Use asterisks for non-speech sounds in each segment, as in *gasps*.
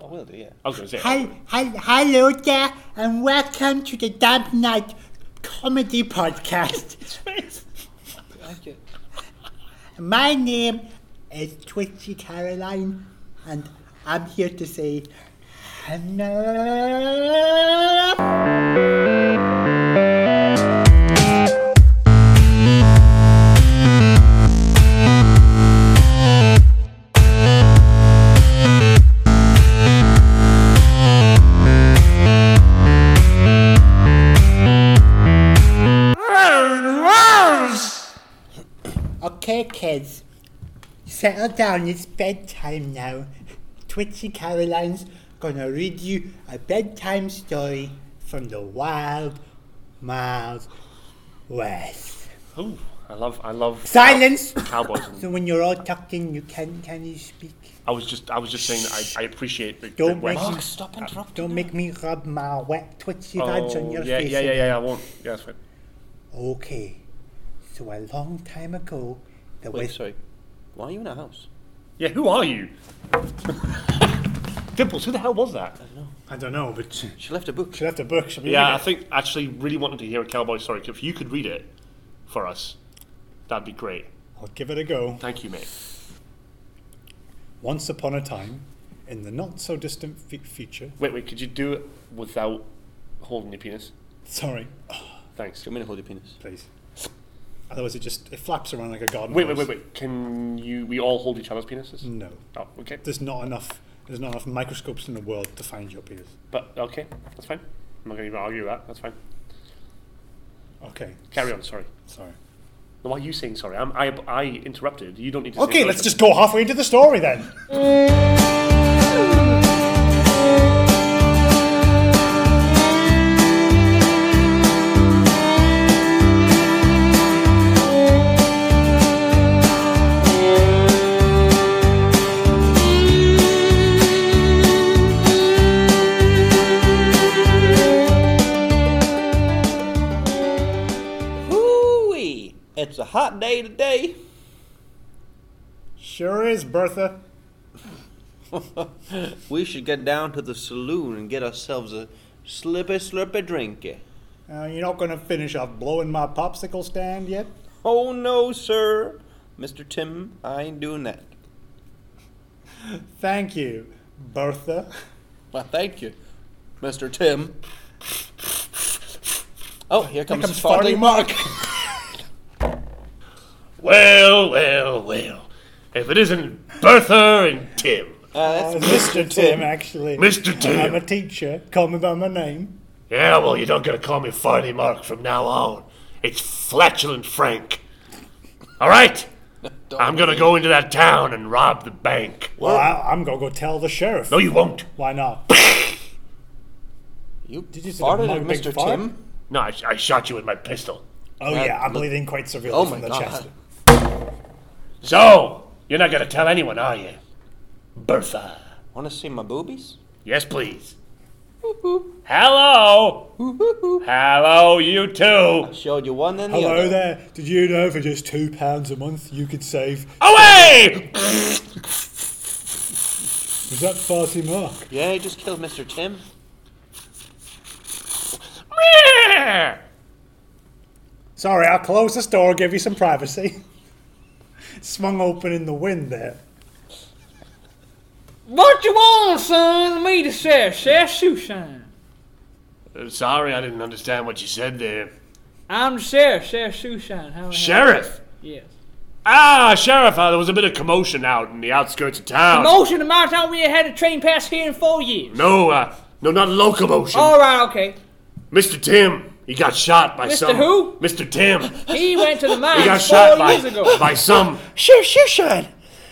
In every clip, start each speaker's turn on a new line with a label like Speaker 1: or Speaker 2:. Speaker 1: will do, yeah.
Speaker 2: I was going to say.
Speaker 3: Hel- hel- hello there, and welcome to the Dub Night Comedy Podcast.
Speaker 1: Thank you.
Speaker 3: My name is Twitchy Caroline, and I'm here to say hello. Okay, kids, settle down. It's bedtime now. Twitchy Caroline's gonna read you a bedtime story from the wild, mild west.
Speaker 2: Ooh, I love, I love.
Speaker 3: Silence.
Speaker 2: Cowboys.
Speaker 3: *laughs* So
Speaker 2: And
Speaker 3: when you're all tucked in, you can can you speak?
Speaker 2: I was just, I was just saying that I, I appreciate the. the
Speaker 3: Don't
Speaker 2: West-
Speaker 3: make-
Speaker 1: Mark, stop interrupting.
Speaker 3: Don't make me rub my wet twitchy
Speaker 2: Oh,
Speaker 3: badge on your
Speaker 2: yeah,
Speaker 3: face.
Speaker 2: yeah, yeah, yeah, I won't. Yeah, that's fine.
Speaker 3: Okay. So a long time ago, there
Speaker 1: Wait,
Speaker 3: was
Speaker 1: sorry. Why are you in a house?
Speaker 2: Yeah, who are you? Dimples, who the hell was that?
Speaker 3: I don't know, but she
Speaker 1: Hmm, She left a book.
Speaker 3: left a book. Should we
Speaker 2: Yeah, I
Speaker 3: read it?
Speaker 2: think actually really wanted to hear a cowboy story. 'cause If you could read it for us, that'd be great.
Speaker 3: I'll give it a go.
Speaker 2: Thank you, mate.
Speaker 3: Once upon a time, in the not so distant fe- future.
Speaker 2: Wait, wait, could you do it without holding your penis?
Speaker 3: Sorry,
Speaker 2: Thanks.
Speaker 1: Come in and hold your penis.
Speaker 3: please. Otherwise, it just it flaps around like a garden.
Speaker 2: Wait, wait, wait,
Speaker 3: hose.
Speaker 2: wait. Can you? We all hold each other's penises.
Speaker 3: No,
Speaker 2: Oh, okay.
Speaker 3: there's not enough. There's not enough microscopes in the world to find your penis.
Speaker 2: But okay, that's fine. I'm not going to even argue with that. That's fine.
Speaker 3: Okay,
Speaker 2: Carry on. Sorry.
Speaker 3: sorry.
Speaker 2: No, why are you saying sorry? I'm, I I interrupted. You don't need to.
Speaker 3: Okay,
Speaker 2: say
Speaker 3: let's
Speaker 2: sorry.
Speaker 3: just go halfway into the story
Speaker 2: *laughs*
Speaker 3: then.
Speaker 1: Hooey! It's a hot day today.
Speaker 3: Sure is, Bertha.
Speaker 1: *laughs* we should get down to the saloon and get ourselves a slippy slurpy drinky.
Speaker 3: Uh, you're not going to finish off blowing my popsicle stand yet?
Speaker 1: Oh no, sir. Mr. Tim, I ain't doing that.
Speaker 3: Thank you, Bertha.
Speaker 1: Well, thank you, Mr. Tim. Oh, here comes,
Speaker 3: comes
Speaker 1: Farley
Speaker 3: Farley
Speaker 1: Mark.
Speaker 2: *laughs* Well, well, well. If it isn't Bertha and Tim,
Speaker 1: Uh,
Speaker 3: Uh,
Speaker 1: that's *laughs*
Speaker 3: Mr. Tim, actually.
Speaker 2: Mr. Tim.
Speaker 3: I'm a teacher. Call me by my name.
Speaker 2: Yeah, well, you don't gotta call me Farty Mark from now on. It's Flatulent Frank. All
Speaker 1: *laughs*
Speaker 2: right, I'm gonna go into that town and rob the bank.
Speaker 3: Well, I, I'm going to go tell the sheriff.
Speaker 2: No, you won't.
Speaker 3: Why not?
Speaker 1: *laughs* you did you
Speaker 3: you say the
Speaker 1: farted at
Speaker 3: mug big
Speaker 1: Mr.
Speaker 3: fart?
Speaker 1: Tim?
Speaker 2: No, I, I shot you with my pistol.
Speaker 3: Oh
Speaker 1: Uh,
Speaker 3: yeah, I'm
Speaker 1: look-
Speaker 3: bleeding quite severely
Speaker 1: Oh
Speaker 3: from
Speaker 1: my
Speaker 3: the
Speaker 1: God.
Speaker 3: chest.
Speaker 2: So, you're not gonna tell anyone, are you? Bertha.
Speaker 1: Want to see my boobies?
Speaker 2: Yes, please. Hello. Hello, you two.
Speaker 1: Showed you one and the
Speaker 3: Hello
Speaker 1: other.
Speaker 3: there. Did you know for just two pounds a month you could save?
Speaker 2: Away!
Speaker 3: Was that farty Mark?
Speaker 1: Yeah, he just killed Mr. Tim.
Speaker 3: Sorry, I'll close the store. Give you some privacy. *laughs* Swung open in the wind there.
Speaker 4: *laughs* What you want, son? Me to say, say Susan.
Speaker 2: Uh, Sorry, I didn't understand what you said there.
Speaker 4: I'm the sheriff, Sheriff Susan. How the hell-
Speaker 2: Sheriff.
Speaker 4: Yes.
Speaker 2: Ah, Sheriff, uh, there was a bit of commotion out in the outskirts of town.
Speaker 4: Motion to my town. We ain't had a train pass here in four years.
Speaker 2: No, uh, no, not locomotion.
Speaker 4: All right, okay.
Speaker 2: Mr. Tim, he got shot by
Speaker 4: Mr.
Speaker 2: some.
Speaker 4: who?
Speaker 2: Mr. Tim. *laughs*
Speaker 4: He went to the mines
Speaker 2: He got
Speaker 4: four
Speaker 2: shot by,
Speaker 4: years ago.
Speaker 2: by some.
Speaker 1: Sure, sure, Sean.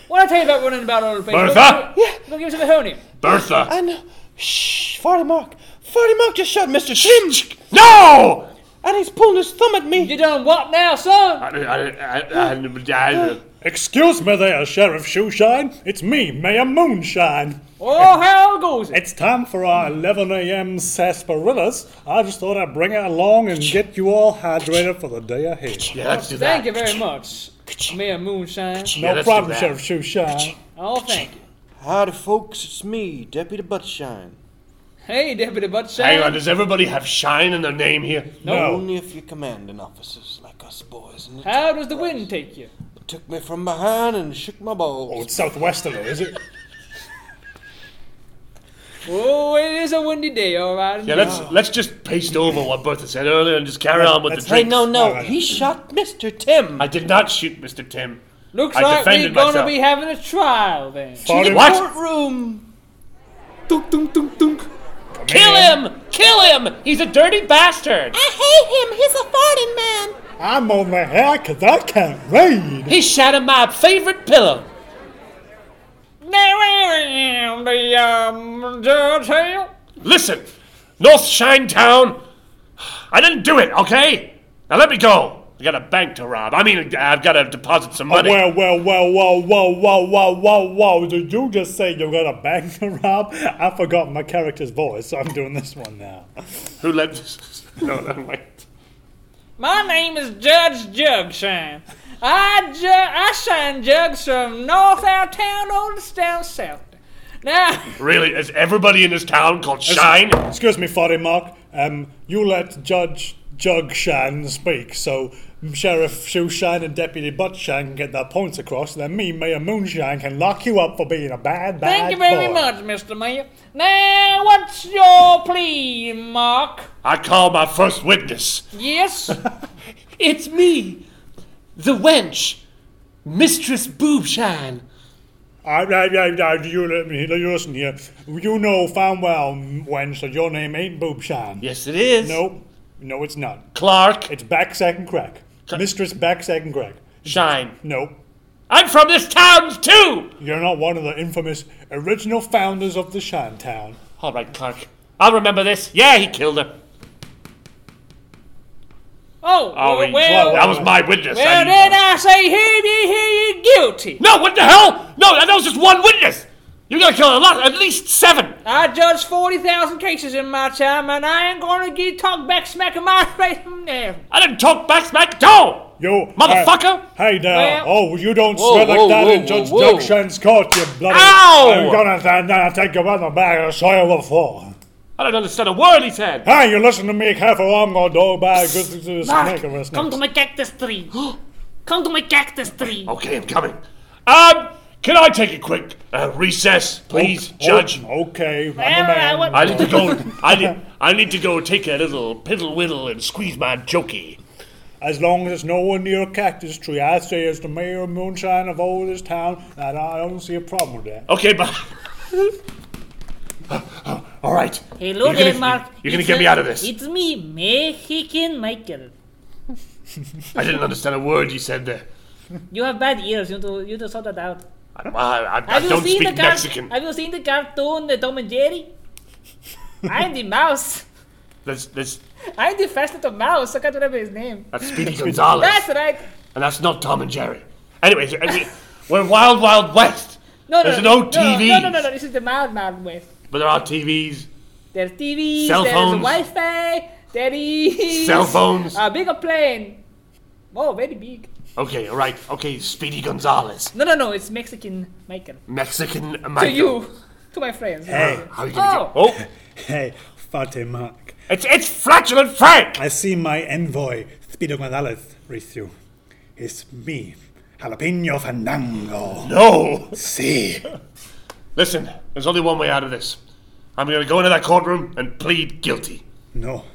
Speaker 4: What I tell you about running about all over the place?
Speaker 2: Bertha?
Speaker 4: Go, give- go give us a hernia.
Speaker 2: Bertha.
Speaker 1: I know. Shh, Farty Mark. Farty Mark just shot Mr. Tim.
Speaker 2: No!
Speaker 1: And he's pulling his thumb at me.
Speaker 4: You done what now, son?
Speaker 2: I, I, I, I, I,
Speaker 3: Excuse me there, Sheriff Shoeshine. It's me, Mayor Moonshine.
Speaker 4: Oh, how goes it?
Speaker 3: It's time for our 11 a.m. sarsaparillas. I just thought I'd bring it along and get you all hydrated for the day ahead.
Speaker 2: yeah, let's do that.
Speaker 4: Thank you very much, Mayor Moonshine.
Speaker 3: No
Speaker 2: let's do
Speaker 3: problem,
Speaker 2: that.
Speaker 3: Sheriff Shoeshine.
Speaker 4: Oh, thank you.
Speaker 1: Howdy, folks. It's me, Deputy Buttshine.
Speaker 5: Hey, Deputy Buttshine.
Speaker 2: Hang on, does everybody have shine in their name here?
Speaker 6: No.
Speaker 1: Only if you're commanding officers like
Speaker 2: *laughs*
Speaker 1: us boys. And it
Speaker 5: How does the wind take you?
Speaker 1: took me from behind and shook my
Speaker 6: Oh,
Speaker 1: balls.
Speaker 6: it's Southwesterner, is it?
Speaker 5: *laughs* Oh, it is a windy day, all right.
Speaker 2: Yeah, let's let's just paste over what Bertha said earlier and just carry on with the
Speaker 6: Let's-
Speaker 1: Hey,
Speaker 2: drinks.
Speaker 1: no, no.
Speaker 6: Alright.
Speaker 1: He shot Mr. Tim.
Speaker 2: I did not shoot Mr. Tim.
Speaker 5: Looks
Speaker 2: I
Speaker 5: like we're
Speaker 2: defended
Speaker 5: gonna
Speaker 2: myself.
Speaker 5: be having a trial then.
Speaker 6: Pardon-
Speaker 2: What?
Speaker 1: Courtroom.
Speaker 2: Dunk, dunk, dunk, dunk.
Speaker 6: Come
Speaker 2: Kill
Speaker 6: in.
Speaker 2: him! Kill him! He's a dirty bastard!
Speaker 4: I hate him. He's a farting man.
Speaker 6: I'm on my hair 'cause I can't read.
Speaker 2: He shattered my favorite pillow.
Speaker 5: Now I am the um, judge here.
Speaker 2: Listen, North Shine Town, I didn't do it, okay? Now let me go. I got a bank to rob. I mean, I've got to deposit some money.
Speaker 6: Oh, Well, well, well, well, well, well, well, well, well. Did you just say you're gonna
Speaker 3: *laughs*
Speaker 6: bang the rob? I forgot my character's voice, so I'm doing this one now.
Speaker 2: Who let this? *laughs* No, no, wait.
Speaker 5: My name is Judge Jugshine. I ju- I shine jugs from north out town all the down south. Now, *laughs*
Speaker 2: Really, is everybody in this town called Shine?
Speaker 6: Excuse me, Farty Mark. Um, you let Judge Jugshan speak, so Sheriff Shoeshine and Deputy Buttshan can get their points across. Then me, Mayor Moonshine, can lock you up for being a bad, bad
Speaker 5: thank you very
Speaker 6: boy.
Speaker 5: much, Mr. Mayor. Now, what's your plea, Mark?
Speaker 2: I call my first witness. *laughs*
Speaker 5: Yes.
Speaker 3: It's me, the wench, Mistress Boobshine.
Speaker 6: I, I, I, I, you, let me- you listen here. You know fine well, Wench, that your name ain't Boobshan.
Speaker 3: Yes, it is.
Speaker 6: No, no, it's not.
Speaker 2: Clark
Speaker 6: It's Back Second Crack. Mistress Back Second Crack.
Speaker 3: Shine.
Speaker 6: No,
Speaker 2: I'm from this town too!
Speaker 6: you're not one of the infamous original founders of the Shantown.
Speaker 3: All right, Clark.
Speaker 2: I'll remember this. Yeah, he killed her.
Speaker 5: Oh,
Speaker 2: Oh,
Speaker 5: well,
Speaker 2: he-
Speaker 5: well,
Speaker 2: that was my witness.
Speaker 5: well,
Speaker 2: I-
Speaker 5: then I say, hear ye, hear ye, guilty.
Speaker 2: No, what the hell? No, that that was just one witness! You're gonna kill a lot, at least seven!
Speaker 5: I judged 40,000 cases in my time, and I ain't gonna get talked back smack in my *laughs* face from there.
Speaker 2: I didn't talk back smack, no!
Speaker 6: Yo,
Speaker 2: Motherfucker!
Speaker 6: Hey, hey now!
Speaker 5: Well-
Speaker 6: oh, you don't swear like
Speaker 1: whoa,
Speaker 6: that
Speaker 1: whoa,
Speaker 6: in Judge
Speaker 1: whoa, whoa.
Speaker 6: Duckshan's court, you bloody!
Speaker 2: Ow!
Speaker 6: I'm gonna th- now take you by the back and saw you before.
Speaker 2: I don't understand a word he said.
Speaker 6: Hey, you listen to me, careful! I'm gonna dog bag good to the snake of us.
Speaker 4: Come to my cactus *gasps* tree. Come to my cactus tree.
Speaker 2: Okay, I'm coming. Um, can I take a quick uh, recess, please, Judge?
Speaker 6: Oh, Okay, I'm the
Speaker 5: Well, I
Speaker 6: man.
Speaker 5: would-
Speaker 2: oh. I need to go. *laughs* I need. I need to go take a little piddle whiddle and squeeze my jokey.
Speaker 6: *laughs* As long as it's nowhere near a cactus tree, I say as the mayor of moonshine of all this town, that I don't see a problem with that.
Speaker 2: Okay, but. All right.
Speaker 4: Hello
Speaker 2: You're
Speaker 4: there,
Speaker 2: gonna-
Speaker 4: Mark.
Speaker 2: you're gonna
Speaker 4: It's
Speaker 2: get
Speaker 4: a-
Speaker 2: me out of this.
Speaker 4: It's me, Mexican Michael.
Speaker 2: I didn't understand a word you said there.
Speaker 4: You have bad ears. You need to, you need to sort that out.
Speaker 2: I, I, I,
Speaker 4: Have you
Speaker 2: don't
Speaker 4: seen
Speaker 2: speak
Speaker 4: the car-
Speaker 2: Mexican.
Speaker 4: Have you seen the cartoon uh, Tom and Jerry? I'm the mouse.
Speaker 2: That's that's
Speaker 4: I'm the first little mouse. I can't remember his name.
Speaker 2: that's Speedy Gonzalez,
Speaker 4: That's right.
Speaker 2: and that's not Tom and Jerry. Anyways, I mean, we're Wild Wild West,
Speaker 4: No, no,
Speaker 2: There's
Speaker 4: no,
Speaker 2: no TV.
Speaker 4: No, no, no, no. This is the mild, mild west.
Speaker 2: but there are TVs,
Speaker 4: There's TVs.
Speaker 2: Cell
Speaker 4: there's
Speaker 2: phones.
Speaker 4: Wi-Fi. There is
Speaker 2: cell phones.
Speaker 4: a bigger plane. Oh, very big.
Speaker 2: Okay, all right. Okay, Speedy Gonzalez,
Speaker 4: No, no, no. It's Mexican Michael.
Speaker 2: Mexican
Speaker 4: To
Speaker 2: Michael.
Speaker 4: you, to my friends.
Speaker 6: Hey,
Speaker 2: How are you gonna
Speaker 4: Oh.
Speaker 2: get? Oh,
Speaker 6: *laughs* hey, Fatty Mark.
Speaker 2: it's it's flatulent Frank.
Speaker 6: I see my envoy, Speedo Gonzalez, reach you. It's me, Jalapeno Fandango.
Speaker 2: No.
Speaker 6: See?
Speaker 2: Listen, there's only one way out of this. I'm gonna go into that courtroom and plead guilty.
Speaker 6: No,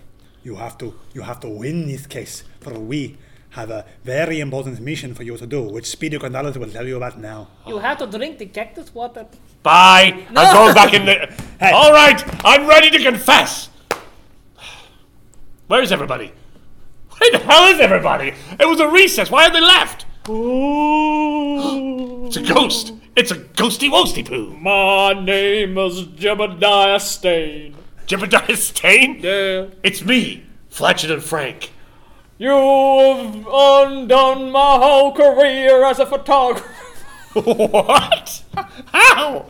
Speaker 6: you have to you have to win this case, for we have a very important mission for you to do, which Speedo Gonzalez will tell you about now.
Speaker 2: Oh.
Speaker 4: You have to drink the cactus water.
Speaker 2: Bye. I'm going back in there.
Speaker 6: *laughs* Hey.
Speaker 2: All right, I'm ready to confess. Where is everybody? Where the hell is everybody? It was a recess. Why have they left? *gasps* it's a ghost. It's a ghosty woasty poo.
Speaker 5: My name is Jebediah Stain.
Speaker 2: Jebediah Stain.
Speaker 5: Yeah.
Speaker 2: It's me, Flatulent Frank.
Speaker 5: You've undone my whole career as
Speaker 7: *laughs*
Speaker 5: a photographer.
Speaker 2: what? How?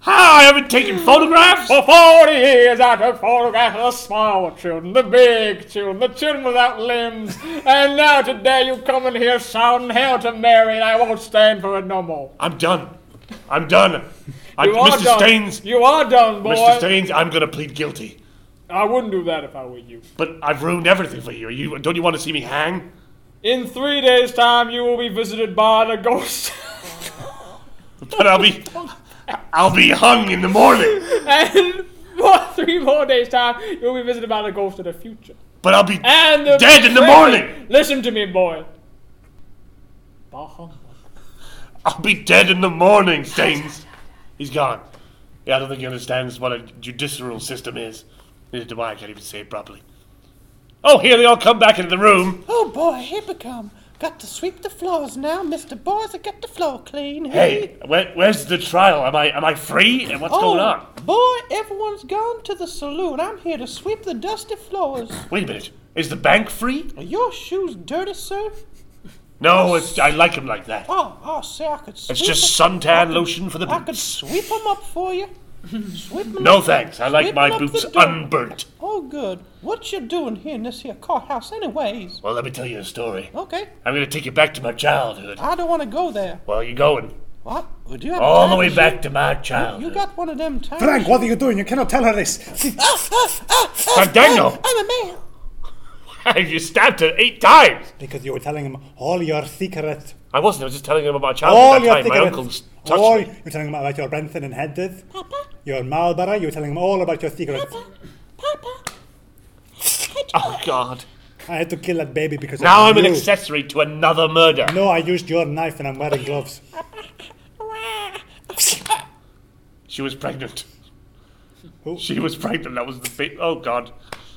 Speaker 2: How? I haven't taken photographs.
Speaker 5: For 40 years I took photographs of the small children, the big children, the children without limbs. And now today you come in here shouting hell to Mary and I won't stand for it no more.
Speaker 2: I'm done. I'm done. I,
Speaker 5: You are
Speaker 2: Mr.
Speaker 5: done.
Speaker 2: Staines,
Speaker 5: You are done, boy.
Speaker 2: Mr. Staines, I'm going to plead guilty.
Speaker 5: I wouldn't do that if I were you.
Speaker 2: But I've ruined everything for you. you don't you want to see me hang?
Speaker 5: In three days' time, you will be visited by the ghost.
Speaker 2: *laughs* But I'll be, I'll be hung in the morning.
Speaker 5: and more, three more days' time, you will be visited by the ghost of the future.
Speaker 2: But I'll be
Speaker 5: And the
Speaker 2: dead in the morning.
Speaker 5: Listen to me, boy. Bah humbug.
Speaker 2: I'll be dead in the morning, Staines. He's gone. Yeah, I don't think he understands what a judicial system is. Neither do I. I can't even say it properly. Oh, here they all come back into the room.
Speaker 8: Oh boy, here we come. Got to sweep the floors now, Mr. Boys. I get the floor clean.
Speaker 2: Hey, where, where's the trial? Am I am I free? And
Speaker 5: Oh.
Speaker 2: what's going on?
Speaker 8: Oh, Boy, everyone's gone to the saloon. I'm here to sweep the dusty floors.
Speaker 2: Wait a minute. Is the bank free?
Speaker 8: Are your shoes dirty, sir?
Speaker 2: No, it's, I like him like that.
Speaker 8: Oh, oh, say I could sweep
Speaker 2: It's just
Speaker 8: 'em-
Speaker 2: suntan lotion for the
Speaker 8: I could
Speaker 2: boots.
Speaker 8: sweep 'em up for you. Sweep 'em
Speaker 2: No
Speaker 8: up.
Speaker 2: thanks. I like
Speaker 8: Sweep
Speaker 2: my
Speaker 8: up the
Speaker 2: boots
Speaker 8: door.
Speaker 2: unburnt.
Speaker 8: Oh, good. What you doing here in this here courthouse, anyways?
Speaker 2: Well, let me tell you a story.
Speaker 8: Okay,
Speaker 2: I'm going to take you back to my childhood.
Speaker 8: I don't want to go there.
Speaker 2: Well, you're going
Speaker 8: What? Would you have
Speaker 2: all the
Speaker 8: time
Speaker 2: way
Speaker 8: machine?
Speaker 2: back to my
Speaker 8: You
Speaker 2: childhood.
Speaker 8: got one of them times.
Speaker 3: Frank, what are you doing? You cannot tell her this.
Speaker 8: Ah,
Speaker 2: Fandango!
Speaker 8: I'm a man.
Speaker 2: *laughs* you stabbed her eight times.
Speaker 3: Because you were telling him all your secrets.
Speaker 2: I wasn't. I was just telling him about
Speaker 3: All
Speaker 2: childhood.
Speaker 3: your
Speaker 2: that time. My
Speaker 3: secrets.
Speaker 2: uncle's touched
Speaker 3: All
Speaker 2: me.
Speaker 3: you were telling him about your Brenton and Hedith. Papa. Your Marlborough. You were telling him all about your secrets.
Speaker 2: Oh God!
Speaker 3: I had to kill that baby because of
Speaker 2: Now I'm an
Speaker 3: you.
Speaker 2: accessory to another murder.
Speaker 3: No, I used your knife and I'm wearing gloves.
Speaker 2: She was pregnant.
Speaker 3: Who?
Speaker 2: She was pregnant. That was the big.
Speaker 3: *laughs*
Speaker 2: Oh God!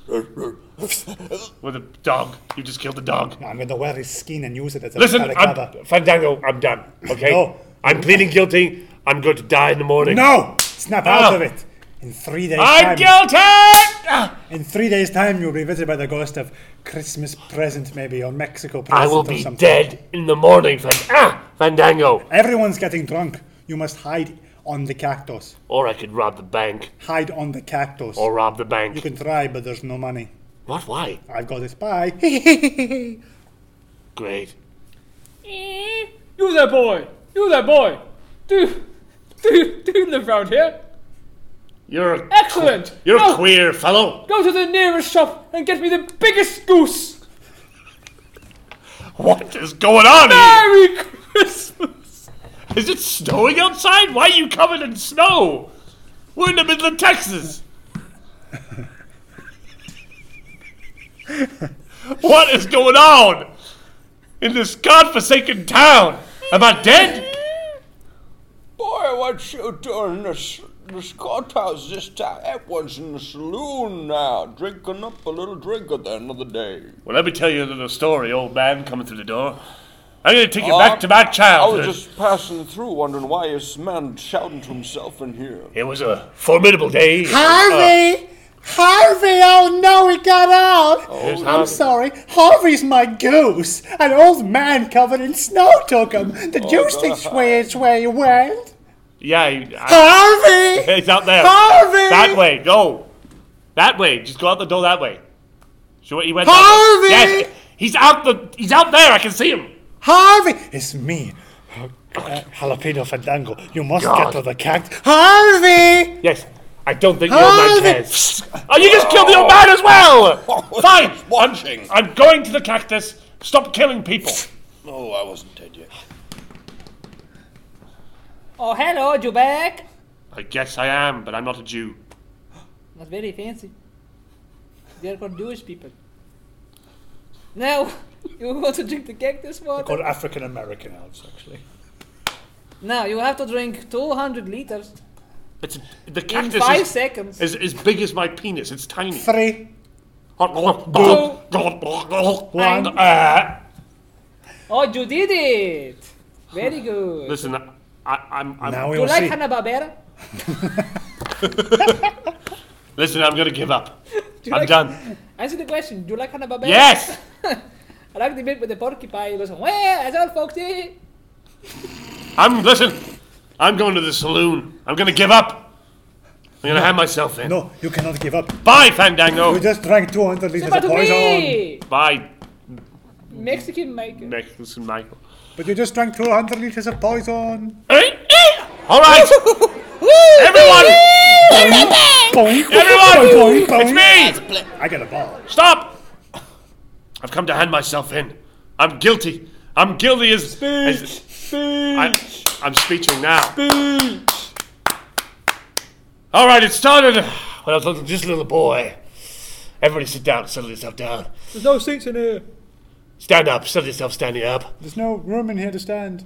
Speaker 2: With a dog. You just killed the dog.
Speaker 3: I'm going to wear his skin and use it as a
Speaker 2: Listen,
Speaker 3: balaclava.
Speaker 2: I'm, Fandango, I'm done. Okay?
Speaker 3: No.
Speaker 2: I'm pleading guilty. I'm going to die in the morning.
Speaker 3: No! Snap out
Speaker 2: Ah.
Speaker 3: of it. In three days' time.
Speaker 2: I'm guilty! Ah,
Speaker 3: In three days' time, you'll be visited by the ghost of Christmas present, maybe, or Mexico present
Speaker 2: I will
Speaker 3: or
Speaker 2: be
Speaker 3: something.
Speaker 2: dead in the morning, Fan- ah, Fandango.
Speaker 3: Everyone's getting drunk. You must hide on the cactus.
Speaker 2: Or I could rob the bank.
Speaker 3: Hide on the cactus.
Speaker 2: Or rob the
Speaker 3: you
Speaker 2: bank.
Speaker 3: can try, but there's no money.
Speaker 2: What? Why?
Speaker 3: I've got this *laughs* pie.
Speaker 2: Great.
Speaker 5: You there, boy. You there, boy. Do, do, do you live round here?
Speaker 2: You're a,
Speaker 5: Excellent.
Speaker 2: you're
Speaker 5: No.
Speaker 2: a queer fellow.
Speaker 5: Go to the nearest shop and get me the biggest goose.
Speaker 2: What is *laughs* going on here?
Speaker 5: Merry Christmas.
Speaker 2: Is it snowing outside? Why are you covered in snow? We're in the middle of Texas. *laughs* what is going on in this godforsaken town? Am I dead?
Speaker 9: Boy, what you doing in this, this courthouse this time? Everyone's in the saloon now, drinking up a little drink at the end of the day.
Speaker 2: Well, let me tell you a little story, old man coming through the door. I'm going to take you back to my childhood.
Speaker 9: Oh, I was just passing through, wondering why this man shouting to himself in here.
Speaker 2: It was a formidable day.
Speaker 8: Harvey! Harvey! Oh no, he got out!
Speaker 2: Uh, Here's
Speaker 8: I'm
Speaker 2: Oh, Harvey.
Speaker 8: sorry. Harvey's my goose. An old man covered in snow took him. The
Speaker 2: Oh,
Speaker 8: juice did switch where he went.
Speaker 2: Yeah, he- I-
Speaker 8: Harvey!
Speaker 2: *laughs* he's out there.
Speaker 8: Harvey!
Speaker 2: That way, go. That way. Just go out the door that way. Sure, he went. that way.
Speaker 8: Harvey!
Speaker 2: Yes, he's out the. He's out there. I can see him.
Speaker 8: Harvey!
Speaker 3: it's me. Uh, jalapeno Fandango. You must
Speaker 2: Oh, God.
Speaker 3: get to the cactus.
Speaker 8: Harvey!
Speaker 2: Yes. I don't think the old man
Speaker 8: Harvey!
Speaker 2: cares. Oh, you just killed the old man as
Speaker 9: *laughs*
Speaker 2: well. Fine. I'm-
Speaker 9: watching.
Speaker 2: I'm, going to the cactus. Stop killing people.
Speaker 9: Oh, I wasn't dead yet.
Speaker 4: Oh, hello, you back?
Speaker 2: I guess I am, but I'm not a Jew.
Speaker 4: That's very fancy. They're called Jewish people. Now, *laughs* you want to drink the cactus water?
Speaker 3: Called African American elves, actually.
Speaker 4: Now, you have to drink 200 liters
Speaker 2: It's the
Speaker 4: in
Speaker 2: cactus
Speaker 4: five
Speaker 2: is,
Speaker 4: seconds.
Speaker 2: is as big as my penis. It's tiny.
Speaker 3: Three.
Speaker 2: One. Uh,
Speaker 4: Oh, you did it! Very good.
Speaker 2: listen, I, I'm. I'm
Speaker 3: Now we
Speaker 4: You
Speaker 3: will
Speaker 4: like
Speaker 3: see.
Speaker 4: Hanna-Barbera?
Speaker 2: Listen, I'm gonna give
Speaker 4: *laughs*
Speaker 2: up.
Speaker 10: *laughs*
Speaker 2: I'm done.
Speaker 4: Answer the question. Do you like Hanna-Barbera?
Speaker 2: Yes.
Speaker 4: I like the bit with the porcupine. He goes, well, that's all, folks. eh?"
Speaker 2: I'm. Listen, I'm going to the saloon. I'm gonna give up. I'm gonna hand myself in.
Speaker 3: No, you cannot give up.
Speaker 2: Bye, Fandango.
Speaker 3: You just drank 200 liters
Speaker 4: But
Speaker 3: of poison.
Speaker 4: we
Speaker 2: Bye,
Speaker 4: Mexican make it.
Speaker 2: Mexican Michael.
Speaker 3: But you just drank 200 liters of poison.
Speaker 2: Eh, eh.
Speaker 6: *laughs*
Speaker 2: All right, everyone,
Speaker 6: *laughs*
Speaker 3: Boing,
Speaker 2: everyone,
Speaker 3: boing, boing,
Speaker 2: it's me.
Speaker 3: boing. I got a ball.
Speaker 2: Stop! I've come to hand myself in. I'm guilty. I'm guilty as speech. As, I, I'm speeching now. All right, it started when I was little, just a little boy. Everybody, sit down. Settle yourself down.
Speaker 5: There's no seats in here.
Speaker 2: Stand up. Settle yourself standing up.
Speaker 3: There's no room in here to stand.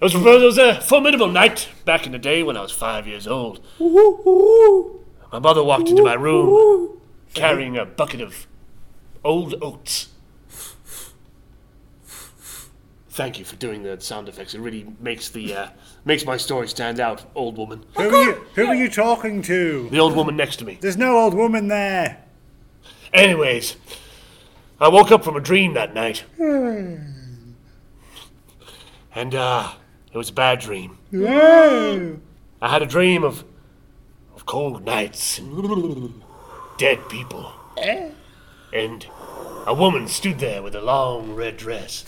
Speaker 2: It was, it was a formidable night back in the day when I was five years old. My mother walked into my room carrying a bucket of old oats. Thank you for doing the sound effects. It really makes the uh, makes my story stand out. Old woman,
Speaker 3: Who are you, who are you talking to?
Speaker 2: the old woman next to me.
Speaker 3: There's no old woman there.
Speaker 2: Anyways, I woke up from a dream that night, and uh, it was a bad dream. I had a dream of of cold nights and dead people, and a woman stood there with a long red dress.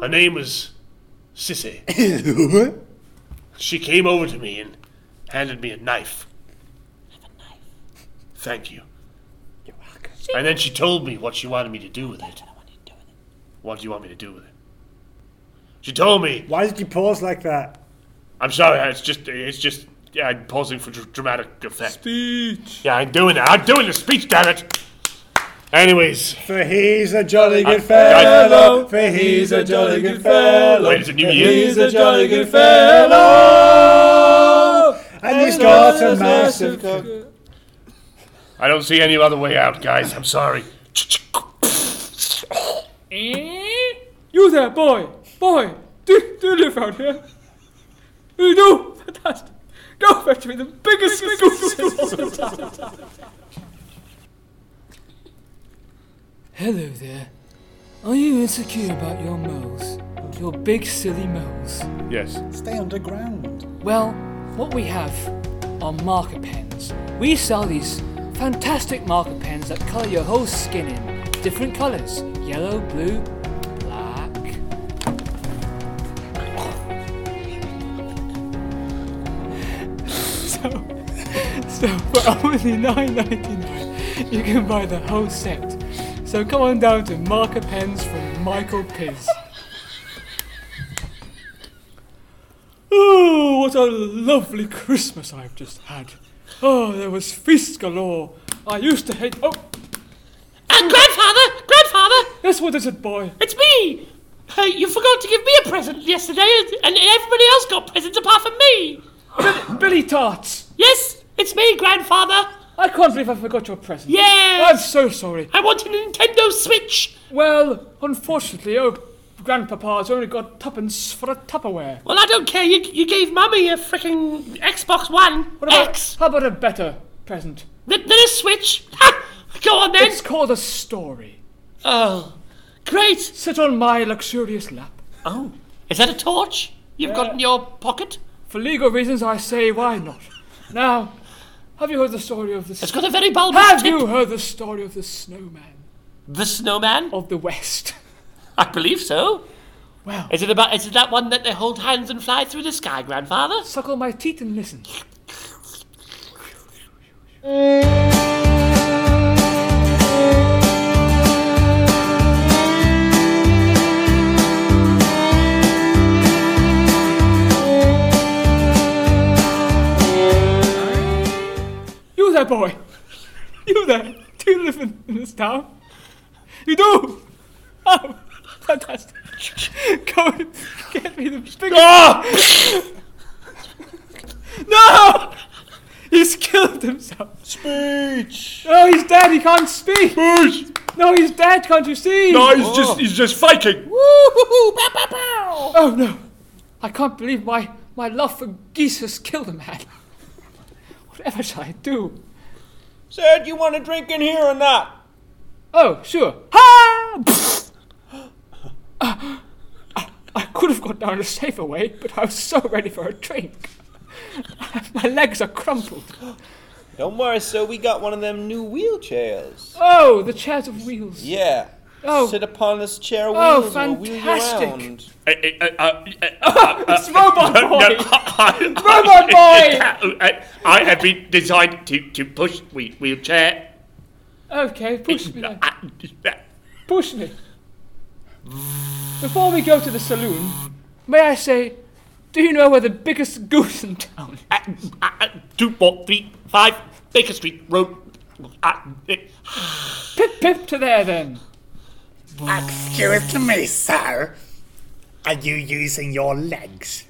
Speaker 2: Her name was Sissy.
Speaker 1: *laughs*
Speaker 2: She came over to me and handed me a knife. Thank you. You're welcome. And then she told me what she wanted me to do with it. What do you want me to do with it? She told me.
Speaker 3: Why did you pause like that?
Speaker 2: I'm sorry. It's just. It's just. Yeah, I'm pausing for dr- dramatic effect. Speech. Yeah, I'm doing it. I'm doing the speech. Damn it. Anyways,
Speaker 3: For he's a jolly good
Speaker 2: I-
Speaker 3: fellow. For he's a jolly good fellow.
Speaker 2: wait, it's a new year.
Speaker 3: a jolly good fellow. And he's got a massive.
Speaker 2: I don't see any other way out, guys. I'm sorry.
Speaker 5: Eh? You there, boy? Boy, do, do you live out here? You do? Fantastic. Go fetch me the biggest, biggest *laughs* Hello there. Are you insecure about your moles? Your big silly moles?
Speaker 2: Yes.
Speaker 6: Stay underground.
Speaker 5: Well, what we have are marker pens. We sell these fantastic marker pens that colour your whole skin in different colours yellow, blue, black. so, *laughs* so for only $9.99, you can buy the whole set. So come on down to Marker Pens from Michael Piz. Oh, what a lovely Christmas I've just had. Oh, there was feast galore. I used to hate. Oh,
Speaker 7: And grandfather, grandfather,
Speaker 5: yes, what is it, boy?
Speaker 7: it's me. Uh, you forgot to give me a present yesterday, and everybody else got presents apart from me.
Speaker 5: Billy Tarts.
Speaker 7: Yes, it's me, grandfather.
Speaker 5: I can't believe I forgot your present. I'm
Speaker 7: Yes,
Speaker 5: so sorry.
Speaker 7: I want a Nintendo Switch.
Speaker 5: Well, unfortunately, oh, Grandpapa's only got tuppence for a Tupperware.
Speaker 7: Well, I don't care. You, you gave Mummy a freaking Xbox One
Speaker 5: What about,
Speaker 7: X.
Speaker 5: How about a better present?
Speaker 7: Th- Then a Switch. Ha! Go on then.
Speaker 5: It's called a story.
Speaker 7: Oh, great.
Speaker 5: Sit on my luxurious lap.
Speaker 7: Oh, is that a torch you've got in your pocket?
Speaker 5: For legal reasons, I say why not. Now, have you heard the story of the
Speaker 7: It's got a very bulbous
Speaker 5: Have
Speaker 7: tip.
Speaker 5: you heard the story of the snowman
Speaker 7: The snowman?
Speaker 5: of the West?
Speaker 7: *laughs* I believe so.
Speaker 5: Well,
Speaker 7: Is it about? Is it that one that they hold hands and fly through the sky, grandfather?
Speaker 5: suckle my teeth and listen. You there, boy? You there? Do you live in, in this town? You do? Oh, fantastic. Go and get me the biggest. No! He's killed himself.
Speaker 2: Speech.
Speaker 5: No, he's dead. He can't speak. No, he's dead. Can't you see?
Speaker 2: No, he's just he's just faking.
Speaker 5: Oh no! I can't believe my my love for geese has killed a man. Whatever shall I do?
Speaker 1: Sir, do you want a drink in here or not?
Speaker 5: Oh, sure. Ha! I could have got down a safer way, but I was so ready for a drink. my legs are crumpled.
Speaker 1: Don't worry, sir, we got one of them new wheelchairs.
Speaker 2: Oh.
Speaker 5: Oh, the chairs of wheels.
Speaker 1: Yeah.
Speaker 5: Oh.
Speaker 9: Sit upon this chair, wheel,
Speaker 5: Oh,
Speaker 9: and we'll wheel you
Speaker 5: fantastic.
Speaker 9: round.
Speaker 2: Eh,
Speaker 7: I- I- I-
Speaker 2: uh,
Speaker 7: I- I-
Speaker 5: *laughs* It's Robot
Speaker 7: No,
Speaker 2: *laughs*
Speaker 7: no,
Speaker 5: Boy!
Speaker 7: I- I-
Speaker 5: Robot Boy!
Speaker 7: I, I have been designed to, to push wheel, wheelchair.
Speaker 5: Okay, push me. then.
Speaker 7: I-
Speaker 5: Push me. Before we go to the saloon, may I say, do you know where the biggest goose in town is?
Speaker 7: I- I- Two, four, three, five, Baker Street Road. I- *sighs* I-
Speaker 5: Pip pip to there then.
Speaker 6: Excuse me, sir. Are you using your legs?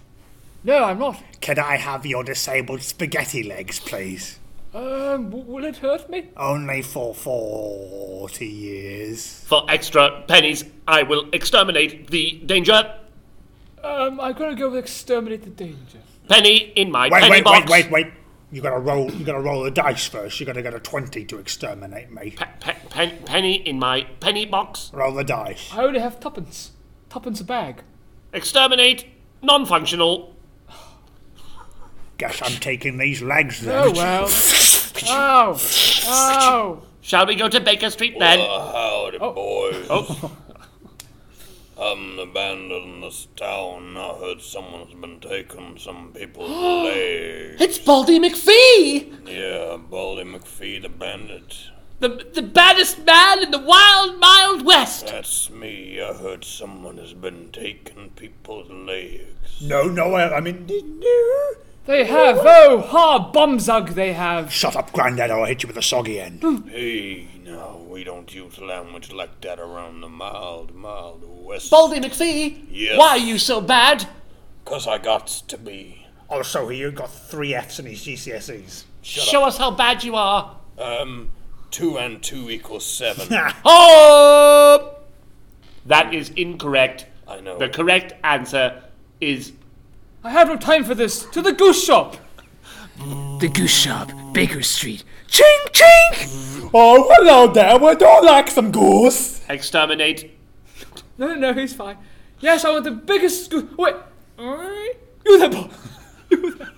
Speaker 5: No, I'm not.
Speaker 6: Can I have your disabled spaghetti legs, please?
Speaker 5: Um, w- will it hurt me?
Speaker 6: Only for 40 years.
Speaker 7: For extra pennies, I will exterminate the danger.
Speaker 5: Um, I'm gonna go with exterminate the danger.
Speaker 7: Penny in my
Speaker 6: Wait,
Speaker 7: penny
Speaker 6: wait,
Speaker 7: box.
Speaker 6: wait, wait, wait. You gotta roll. You gotta roll the dice first. You gotta get a twenty to exterminate me.
Speaker 7: Pe- pe- pen- penny in my penny box.
Speaker 6: Roll the dice.
Speaker 5: I only have tuppence. Tuppence a bag.
Speaker 7: Exterminate non-functional.
Speaker 6: Guess I'm taking these legs then.
Speaker 5: Oh
Speaker 3: *laughs*
Speaker 5: well. Oh, oh.
Speaker 7: *laughs* Shall we go to Baker Street then?
Speaker 9: *laughs*
Speaker 7: Oh.
Speaker 9: Uh, howdy,
Speaker 2: Oh.
Speaker 9: boys. I'm abandoned this town. I heard someone's been taking some
Speaker 2: *gasps*
Speaker 9: people's legs.
Speaker 8: It's Baldy McPhee!
Speaker 9: Yeah, Baldy McPhee the bandit.
Speaker 8: The, the baddest man in the wild, mild west!
Speaker 9: That's me. I heard someone has been taking people's legs.
Speaker 6: No, no. I, I mean,
Speaker 5: They have, oh, ha, bumzug they have.
Speaker 6: shut up, Grandad, or I'll hit you with a soggy end.
Speaker 8: Hmm.
Speaker 9: Hey, now we don't use language like that around the mild, mild west.
Speaker 8: Baldy McPhee,
Speaker 9: Yes.
Speaker 8: why are you so bad?
Speaker 9: Cause I got to be.
Speaker 6: Also, he got three Fs in his GCSEs.
Speaker 8: Show us how bad you are.
Speaker 9: Um, two and two equals seven.
Speaker 6: *laughs*
Speaker 7: Oh! That is incorrect.
Speaker 9: I know.
Speaker 7: The correct answer is
Speaker 5: I have no time for this. To the goose shop.
Speaker 11: The Goose Shop, Baker Street. Ching ching!
Speaker 12: Oh, hello there. Would you like some goose?
Speaker 7: exterminate.
Speaker 5: No, no, no, he's fine. Yes, I want the biggest goose. Wait. You there, *laughs* Bob. You there.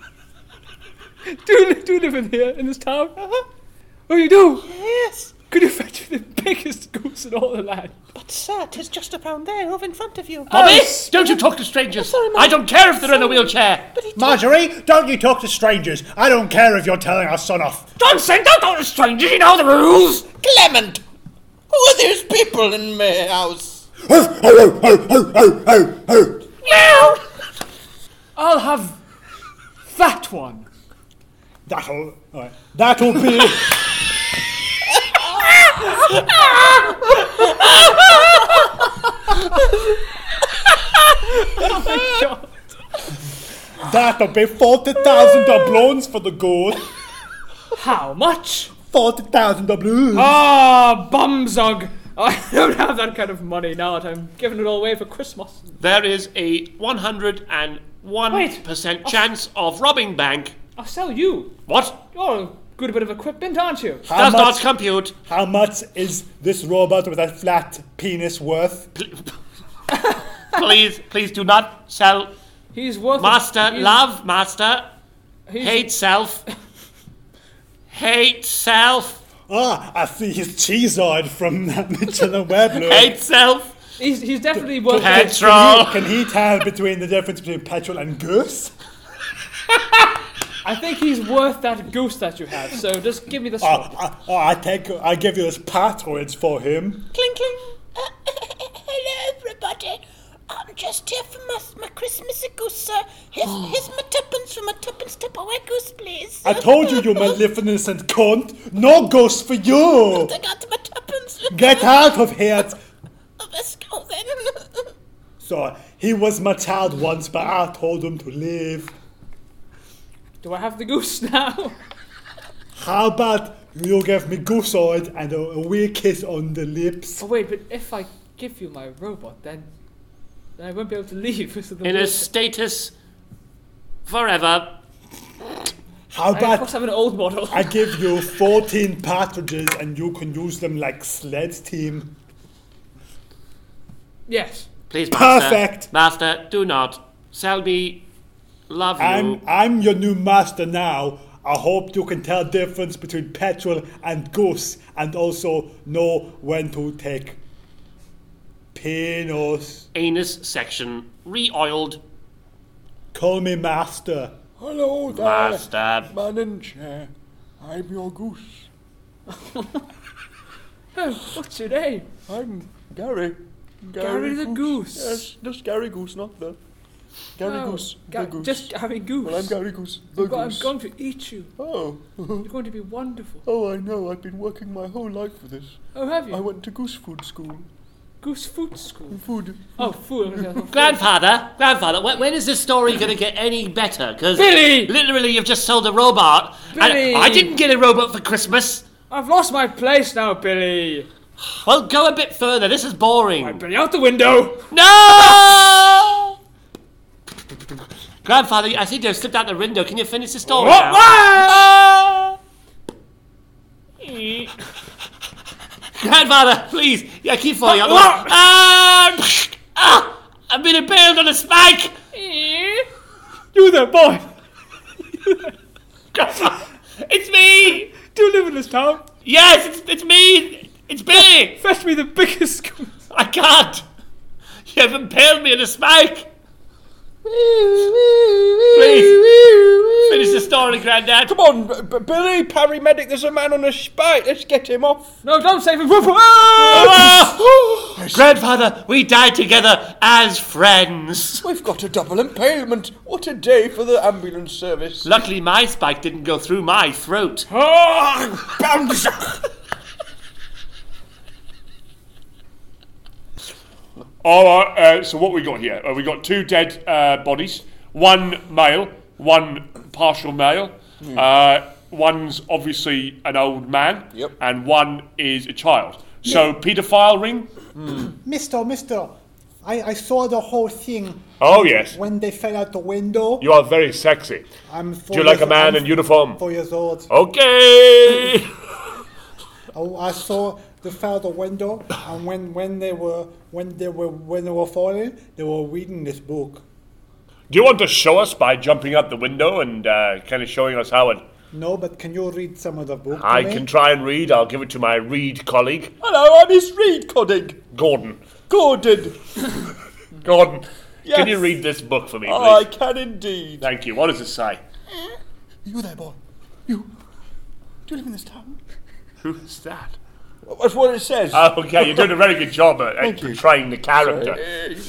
Speaker 5: Do you, li- do you live in here, in this town? Oh, you do?
Speaker 8: Yes,
Speaker 5: Could you fetch me the biggest goose in all the land?
Speaker 8: but sir, tis just around there, over in front of you. Ah.
Speaker 7: Bobby, don't you talk to strangers.
Speaker 8: sorry, Mum.
Speaker 7: I don't care if they're in a wheelchair.
Speaker 6: Marjorie, don't you talk to strangers. I don't care if you're telling our son off.
Speaker 7: Don't say don't talk to strangers. You know the rules.
Speaker 9: Clement! Oh, there's people in my house. *laughs*
Speaker 5: I'll have that one.
Speaker 6: That'll, all right.
Speaker 7: *laughs*
Speaker 6: that'll be. that'll be forty thousand doubloons for the gold.
Speaker 5: How much?
Speaker 6: Forty thousand doubloons.
Speaker 5: Ah, bumzug. I don't have that kind of money now that I'm giving it all away for Christmas.
Speaker 7: There is a 101% chance of robbing bank.
Speaker 5: I'll sell you.
Speaker 7: What?
Speaker 5: You're a good bit of equipment, aren't you?
Speaker 6: How
Speaker 7: Does
Speaker 6: much?
Speaker 7: not compute.
Speaker 6: How much is this robot with a flat penis worth?
Speaker 7: Please, please do not sell.
Speaker 5: He's worth.
Speaker 7: Master,
Speaker 5: he's-
Speaker 7: love, master.
Speaker 5: he's-
Speaker 7: Hate
Speaker 5: *laughs*
Speaker 7: self. Hate self.
Speaker 6: Ah, I see his cheeseoid from *laughs* that Michelin web. look.
Speaker 7: Hate self.
Speaker 5: He's, he's definitely worth.
Speaker 7: Head
Speaker 5: it.
Speaker 7: troll.
Speaker 6: Can he tell between the difference between petrol and goose?
Speaker 5: I think he's worth that goose that you have. So just give me the
Speaker 6: Oh,
Speaker 5: swap.
Speaker 6: I, oh, I take, I give you this patroids for him.
Speaker 10: Cling cling. Uh, hello, everybody. I'm just here for my, my Christmas goose, sir. Here's, here's my tuppence for my tuppence Tupperware goose, please.
Speaker 6: I told you, you magnificent cunt. No goose for you.
Speaker 10: I got my tuppence.
Speaker 6: Get out of here.
Speaker 10: Oh, *laughs* Let's go then.
Speaker 6: So he was my child once, but I told him to leave.
Speaker 5: Do I have the goose *laughs* now?
Speaker 6: How about you give me gooseoid and a, a wee kiss on the lips?
Speaker 5: Oh, wait, but if I give you my robot, then then I won't be able to leave. So the
Speaker 7: in a
Speaker 5: wheel-
Speaker 7: status forever.
Speaker 6: How
Speaker 5: I of course
Speaker 6: about
Speaker 5: have an old model.
Speaker 6: I give you 14 partridges and you can use them like sled team?
Speaker 5: yes.
Speaker 7: Please, master.
Speaker 6: Perfect.
Speaker 7: Master, do not sell me. Love
Speaker 6: I'm
Speaker 7: you.
Speaker 6: I'm your new master now. I hope you can tell difference between petrol and goose, and also know when to take
Speaker 3: Penis.
Speaker 2: Anus section re-oiled.
Speaker 3: Call me master.
Speaker 1: Hello there,
Speaker 2: Master.
Speaker 1: man in chair. I'm your goose.
Speaker 5: *laughs* What's your name?
Speaker 1: I'm Gary.
Speaker 5: Gary the Goose.
Speaker 1: Yes, just Gary Goose, not the. Gary
Speaker 5: Oh,
Speaker 1: Goose.
Speaker 5: Ga-
Speaker 1: the Goose.
Speaker 5: Just Gary Goose.
Speaker 1: Well, I'm Gary Goose. The
Speaker 5: But I'm
Speaker 1: Goose.
Speaker 5: going to eat you.
Speaker 1: Oh. *laughs*
Speaker 5: You're going to be wonderful.
Speaker 1: oh, I know. I've been working my whole life for this.
Speaker 5: Oh, have you?
Speaker 1: I went to goose food school.
Speaker 5: Goose food school.
Speaker 1: Food.
Speaker 5: Oh, food.
Speaker 7: *laughs*
Speaker 5: I'm gonna-
Speaker 7: Grandfather, grandfather, when, when is this story going to get any better? Because
Speaker 5: Billy!
Speaker 7: literally, you've just sold a robot.
Speaker 5: Billy!
Speaker 7: And I didn't get a robot for Christmas.
Speaker 5: I've lost my place now, Billy.
Speaker 7: Well, go a bit further. This is boring.
Speaker 5: Right, Billy, out the window.
Speaker 7: No! Grandfather, I seem to have slipped out the window. Can you finish the story? now?
Speaker 5: *laughs*
Speaker 7: Grandfather, please. Yeah, keep falling out. the
Speaker 5: What?
Speaker 7: window. Ah! Um, Ah! I've been impaled on a spike!
Speaker 5: You there, boy.
Speaker 7: It's me!
Speaker 5: Do you live in this town?
Speaker 7: Yes, it's, it's me! It's
Speaker 1: *laughs*
Speaker 7: Billy!
Speaker 5: Fetch me the biggest goose.
Speaker 7: I can't! You have impaled me on a spike! Please! Finish the story, Granddad!
Speaker 1: Come on, B- B- Billy, paramedic, there's a man on a spike. Let's get him off.
Speaker 5: No, don't save him. Ah!
Speaker 7: Ah! Grandfather, we died together as friends.
Speaker 1: We've got a double impalement. What a day for the ambulance service.
Speaker 7: Luckily, my spike didn't go through my throat.
Speaker 2: Ah, All right. Uh, so what we got here? Uh, we got two dead uh, bodies. One male, one partial male.
Speaker 6: Hmm.
Speaker 2: Uh, one's obviously an old man,
Speaker 1: Yep.
Speaker 2: and one is a child. So paedophile ring.
Speaker 6: Hmm. Mister, mister, I, I saw the whole thing
Speaker 2: Oh yes,
Speaker 6: when they fell out the window.
Speaker 2: you are very sexy.
Speaker 6: I'm four
Speaker 2: Do you like
Speaker 6: years-
Speaker 2: a man
Speaker 6: I'm
Speaker 2: in uniform?
Speaker 6: Four years old.
Speaker 2: Okay.
Speaker 6: Oh, I saw the fell the window, and when, when they were when they were when they were falling, they were reading this book.
Speaker 2: Do you want to show us by jumping out the window and uh, kind of showing us how it?
Speaker 6: No, but can you read some of the book? to
Speaker 2: I
Speaker 6: me?
Speaker 2: can try and read. I'll give it to my read colleague,
Speaker 1: Hello, I'm his Reed Codig.
Speaker 2: Gordon.
Speaker 1: Gordon.
Speaker 2: *laughs* Gordon, can you
Speaker 1: Yes.
Speaker 2: read this book for me, please?
Speaker 1: I can indeed.
Speaker 2: Thank you. What does it say?
Speaker 1: You there, boy. You. Do you live in this town?
Speaker 2: Who's that?
Speaker 1: That's what it says.
Speaker 2: Oh, Okay, you're doing a very good job at, at
Speaker 1: Thank you.
Speaker 2: portraying the character.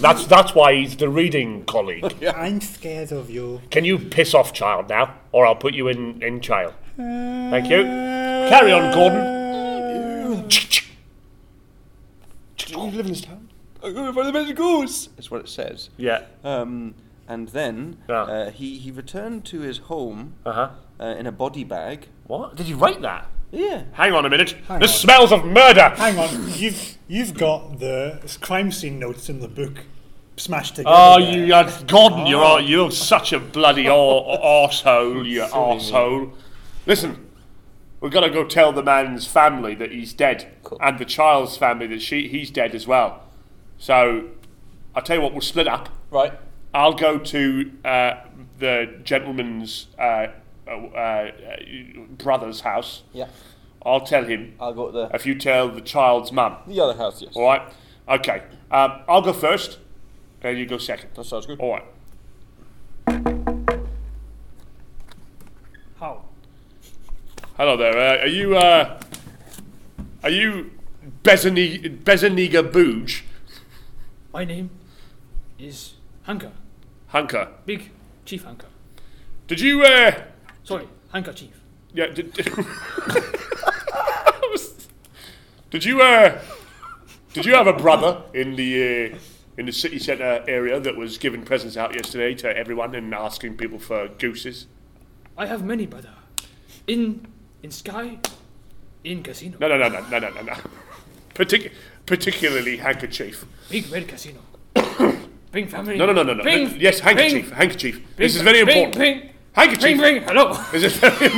Speaker 2: That's that's why he's the reading colleague.
Speaker 6: I'm scared of you.
Speaker 2: Can you piss off, child, now, or I'll put you in in jail. Thank you. Carry on, Gordon.
Speaker 1: Do you live in this town? I go for the best goose. That's what it says.
Speaker 2: Yeah. Ah.
Speaker 1: Um, and then
Speaker 2: Yeah.
Speaker 1: uh, he he returned to his home
Speaker 2: Uh huh.
Speaker 1: uh, in a body bag.
Speaker 2: What? Did you write that?
Speaker 1: Yeah.
Speaker 2: Hang on a minute. this smells of murder.
Speaker 3: Hang on, you've you've got the crime scene notes in the book smashed together.
Speaker 2: Oh,
Speaker 3: there.
Speaker 2: you, uh, Gordon, you're all- you're such a
Speaker 1: *laughs*
Speaker 2: bloody ar- arsehole, you arsehole. Listen, we've got to go tell the man's family that he's dead, and the child's family that she he's dead as well. So, I'll tell you what, we'll split up.
Speaker 1: Right.
Speaker 2: I'll go to uh, the gentleman's uh, uh, uh, brother's house.
Speaker 1: Yeah.
Speaker 2: I'll tell him.
Speaker 1: I'll go to the
Speaker 2: If you tell the child's mum,
Speaker 1: the other house. Yes.
Speaker 2: all right? Okay. Um, I'll go first, and you go second.
Speaker 1: That sounds good.
Speaker 2: All right.
Speaker 5: How?
Speaker 2: Hello there. Uh, are you uh, are you Bezani- Bezaniga Booge
Speaker 5: My name is Hanker.
Speaker 2: Hunker?
Speaker 5: Big Chief Hanker.
Speaker 2: Did you uh,
Speaker 5: Sorry, Hanker Chief.
Speaker 2: yeah? Did, did you uh, did you have a brother in the uh, in the city centre area that was giving presents out yesterday to everyone and asking people for gooses?
Speaker 5: *laughs* I have many brother. In in sky, in casino,
Speaker 2: No, no, no, no, no, no, no, no. Partic- particularly handkerchief.
Speaker 5: big red
Speaker 2: *coughs*
Speaker 5: casino. Big family.
Speaker 2: No, no, no, no, no.
Speaker 5: Big,
Speaker 2: yes, handkerchief,
Speaker 5: big-
Speaker 2: handkerchief.
Speaker 5: big-
Speaker 2: this is very
Speaker 5: big-
Speaker 2: important.
Speaker 5: big-
Speaker 2: handkerchief.
Speaker 5: Ring, ring, hello.
Speaker 2: This is very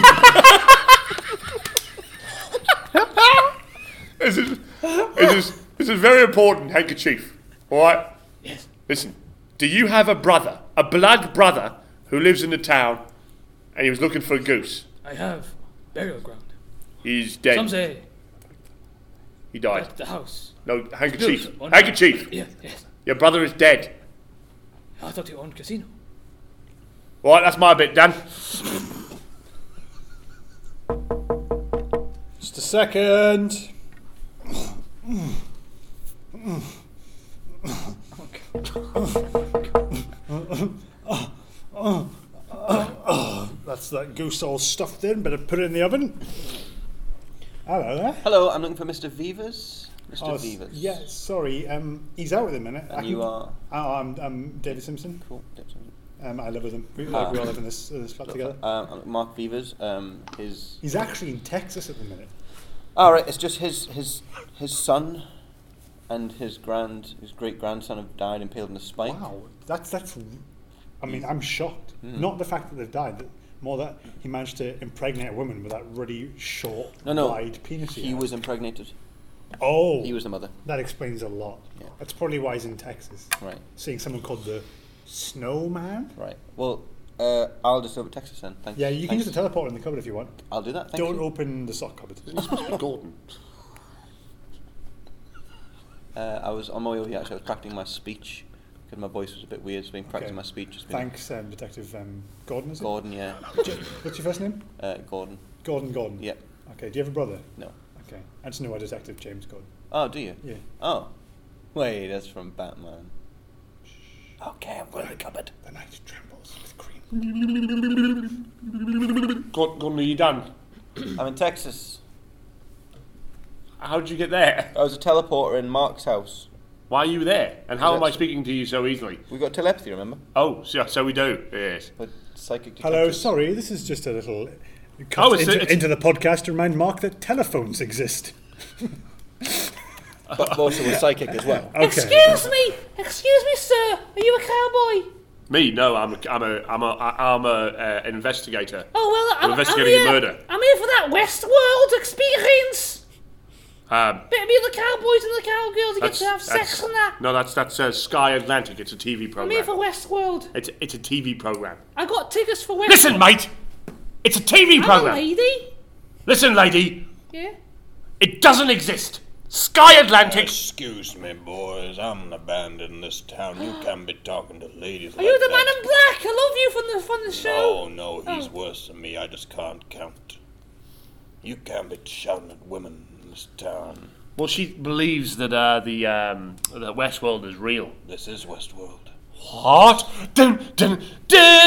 Speaker 2: this is this is this is very important, handkerchief. All right.
Speaker 5: Yes.
Speaker 2: Listen, do you have a brother, a blood brother, who lives in the town, and he was looking for a goose?
Speaker 5: I have burial ground.
Speaker 2: He's dead.
Speaker 5: Some say
Speaker 2: He died.
Speaker 4: The house.
Speaker 2: No, handkerchief.
Speaker 4: Dude, on-
Speaker 2: Handkerchief!
Speaker 4: Yes, yes.
Speaker 2: Your brother is dead.
Speaker 5: Oh,
Speaker 4: I thought you owned casino.
Speaker 2: Right, that's my bit, Dan.
Speaker 3: Just a second. Oh, That's that goose all stuffed in. Better put it in the oven. Hello there.
Speaker 1: Hello, I'm looking for Mr. Vivas. Mr.
Speaker 3: Oh, s-
Speaker 1: Vivas.
Speaker 3: Yeah, sorry. Um, he's out at the minute.
Speaker 1: And you are.
Speaker 3: Oh, I'm, I'm David Simpson.
Speaker 1: Cool. that's all.
Speaker 3: Um, I live with him. We,
Speaker 1: Ah.
Speaker 3: like, we all live in this, in this flat together.
Speaker 1: Um, Mark Vivas. Um, his.
Speaker 3: He's actually in Texas at the minute.
Speaker 1: All right, it's just his his his son, and his grand his great grandson have died impaled in a spike.
Speaker 3: Wow, that's that's. I mean, I'm shocked.
Speaker 1: Hmm.
Speaker 3: Not the fact that they've died, but more that he managed to impregnate a woman with that really short,
Speaker 1: No, no.
Speaker 3: wide penis.
Speaker 1: He
Speaker 3: had.
Speaker 1: was impregnated.
Speaker 3: Oh,
Speaker 1: He was the mother.
Speaker 3: that explains a lot.
Speaker 1: Yeah.
Speaker 3: That's probably why he's in Texas.
Speaker 1: Right.
Speaker 3: Seeing someone called the Snowman.
Speaker 1: Right. Well, uh, I'll just over Texas then. Thanks.
Speaker 3: Yeah, you can
Speaker 1: Thanks.
Speaker 3: use the teleport in the cupboard if you want.
Speaker 1: I'll do that. Thank
Speaker 3: Don't
Speaker 1: you.
Speaker 3: open the sock cupboard. *laughs*
Speaker 1: Gordon. Uh, I was on my way over here. Actually, I was practicing my speech because my voice was a bit weird. So I've been practicing my
Speaker 3: Okay.
Speaker 1: speech. It's been
Speaker 3: Thanks, um, Detective um, Gordon. Is it?
Speaker 1: Gordon. Yeah.
Speaker 3: *laughs* What's your first name?
Speaker 1: Uh, Gordon.
Speaker 3: Gordon Gordon.
Speaker 1: Yeah.
Speaker 3: Okay. Do you have a brother?
Speaker 1: No.
Speaker 3: Okay. I just know a detective, James Gordon.
Speaker 1: Oh, do you?
Speaker 3: Yeah.
Speaker 1: Oh. Wait, that's from Batman. Okay, I'm going to the cupboard.
Speaker 3: The night trembles with cream.
Speaker 2: Gordon, Gordon, are you done?
Speaker 1: I'm in Texas.
Speaker 2: How'd you get there?
Speaker 1: I was a teleporter in Mark's house.
Speaker 2: Why are you there? And how am I
Speaker 1: That's-
Speaker 2: speaking to you so easily?
Speaker 1: We got telepathy, remember?
Speaker 2: Oh, so, so we do. Yes.
Speaker 1: With psychic
Speaker 3: Hello,
Speaker 1: detectors.
Speaker 3: sorry, this is just a little cut
Speaker 2: Oh, it's-
Speaker 3: into,
Speaker 2: it's-
Speaker 3: into the podcast to remind Mark that telephones exist.
Speaker 1: But also
Speaker 2: *laughs*
Speaker 1: with psychic as well.
Speaker 3: Okay.
Speaker 10: Excuse me, excuse me, sir. Are you a cowboy?
Speaker 2: Me? No, I'm a, I'm a, I'm a, I'm a uh, investigator.
Speaker 10: Oh well, I'm,
Speaker 2: investigating
Speaker 10: I'm here,
Speaker 2: murder.
Speaker 10: I'm here for that Westworld experience.
Speaker 2: Um,
Speaker 10: Better be the cowboys and the cowgirls who get to have sex
Speaker 2: that's-
Speaker 10: and that.
Speaker 2: No, that's that's uh, Sky Atlantic. It's a TV
Speaker 10: I'm here for
Speaker 2: program.
Speaker 10: Westworld.
Speaker 2: It's it's a TV program.
Speaker 10: I got tickets for Westworld.
Speaker 2: Listen, mate. It's a TV
Speaker 10: I'm a
Speaker 2: program.
Speaker 10: lady.
Speaker 2: Listen, lady.
Speaker 10: Yeah.
Speaker 2: It doesn't exist. Sky Atlantic.
Speaker 1: Excuse me, boys. I'm the bandit in this town.
Speaker 8: *gasps*
Speaker 1: You can't be talking to ladies
Speaker 10: Are you the man in black? I love you from the from the show.
Speaker 1: no,
Speaker 10: he's Oh.
Speaker 1: worse than me. I just can't count. You can't be shouting at women in this town.
Speaker 2: Well, she believes that uh, the um, that Westworld is real.
Speaker 1: This is Westworld.
Speaker 2: What? Dun, dun,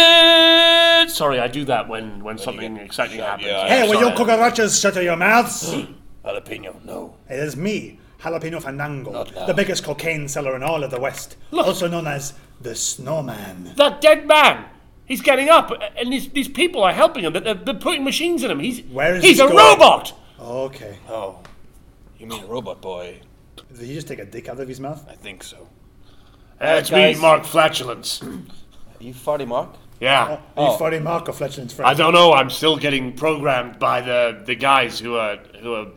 Speaker 2: dun. Sorry, I do that when when something exciting happens.
Speaker 1: yeah,
Speaker 3: Hey, will you
Speaker 2: Sorry.
Speaker 3: cucarachas shut your mouths? it
Speaker 1: Jalapeno, no.
Speaker 3: is me, Jalapeno Fandango,
Speaker 1: Not now.
Speaker 3: the biggest cocaine seller in all of the West, also known as the Snowman.
Speaker 2: That dead man. He's getting up, and these, these people are helping him. They're, they're putting machines in him. He's
Speaker 3: Where is
Speaker 2: he's
Speaker 3: this
Speaker 2: a
Speaker 3: going?
Speaker 2: robot.
Speaker 3: Okay.
Speaker 1: Oh, you mean Robot Boy?
Speaker 3: Did he just take a dick out of his mouth?
Speaker 1: I think so.
Speaker 2: That's
Speaker 1: guys.
Speaker 2: me, Mark Flatulence.
Speaker 1: Are you farty, Mark?
Speaker 2: Yeah.
Speaker 3: Are
Speaker 1: Oh.
Speaker 3: you Freddy Mark or Fletchland's friend?
Speaker 2: I don't know. I'm still getting programmed by the, the guys who are who are.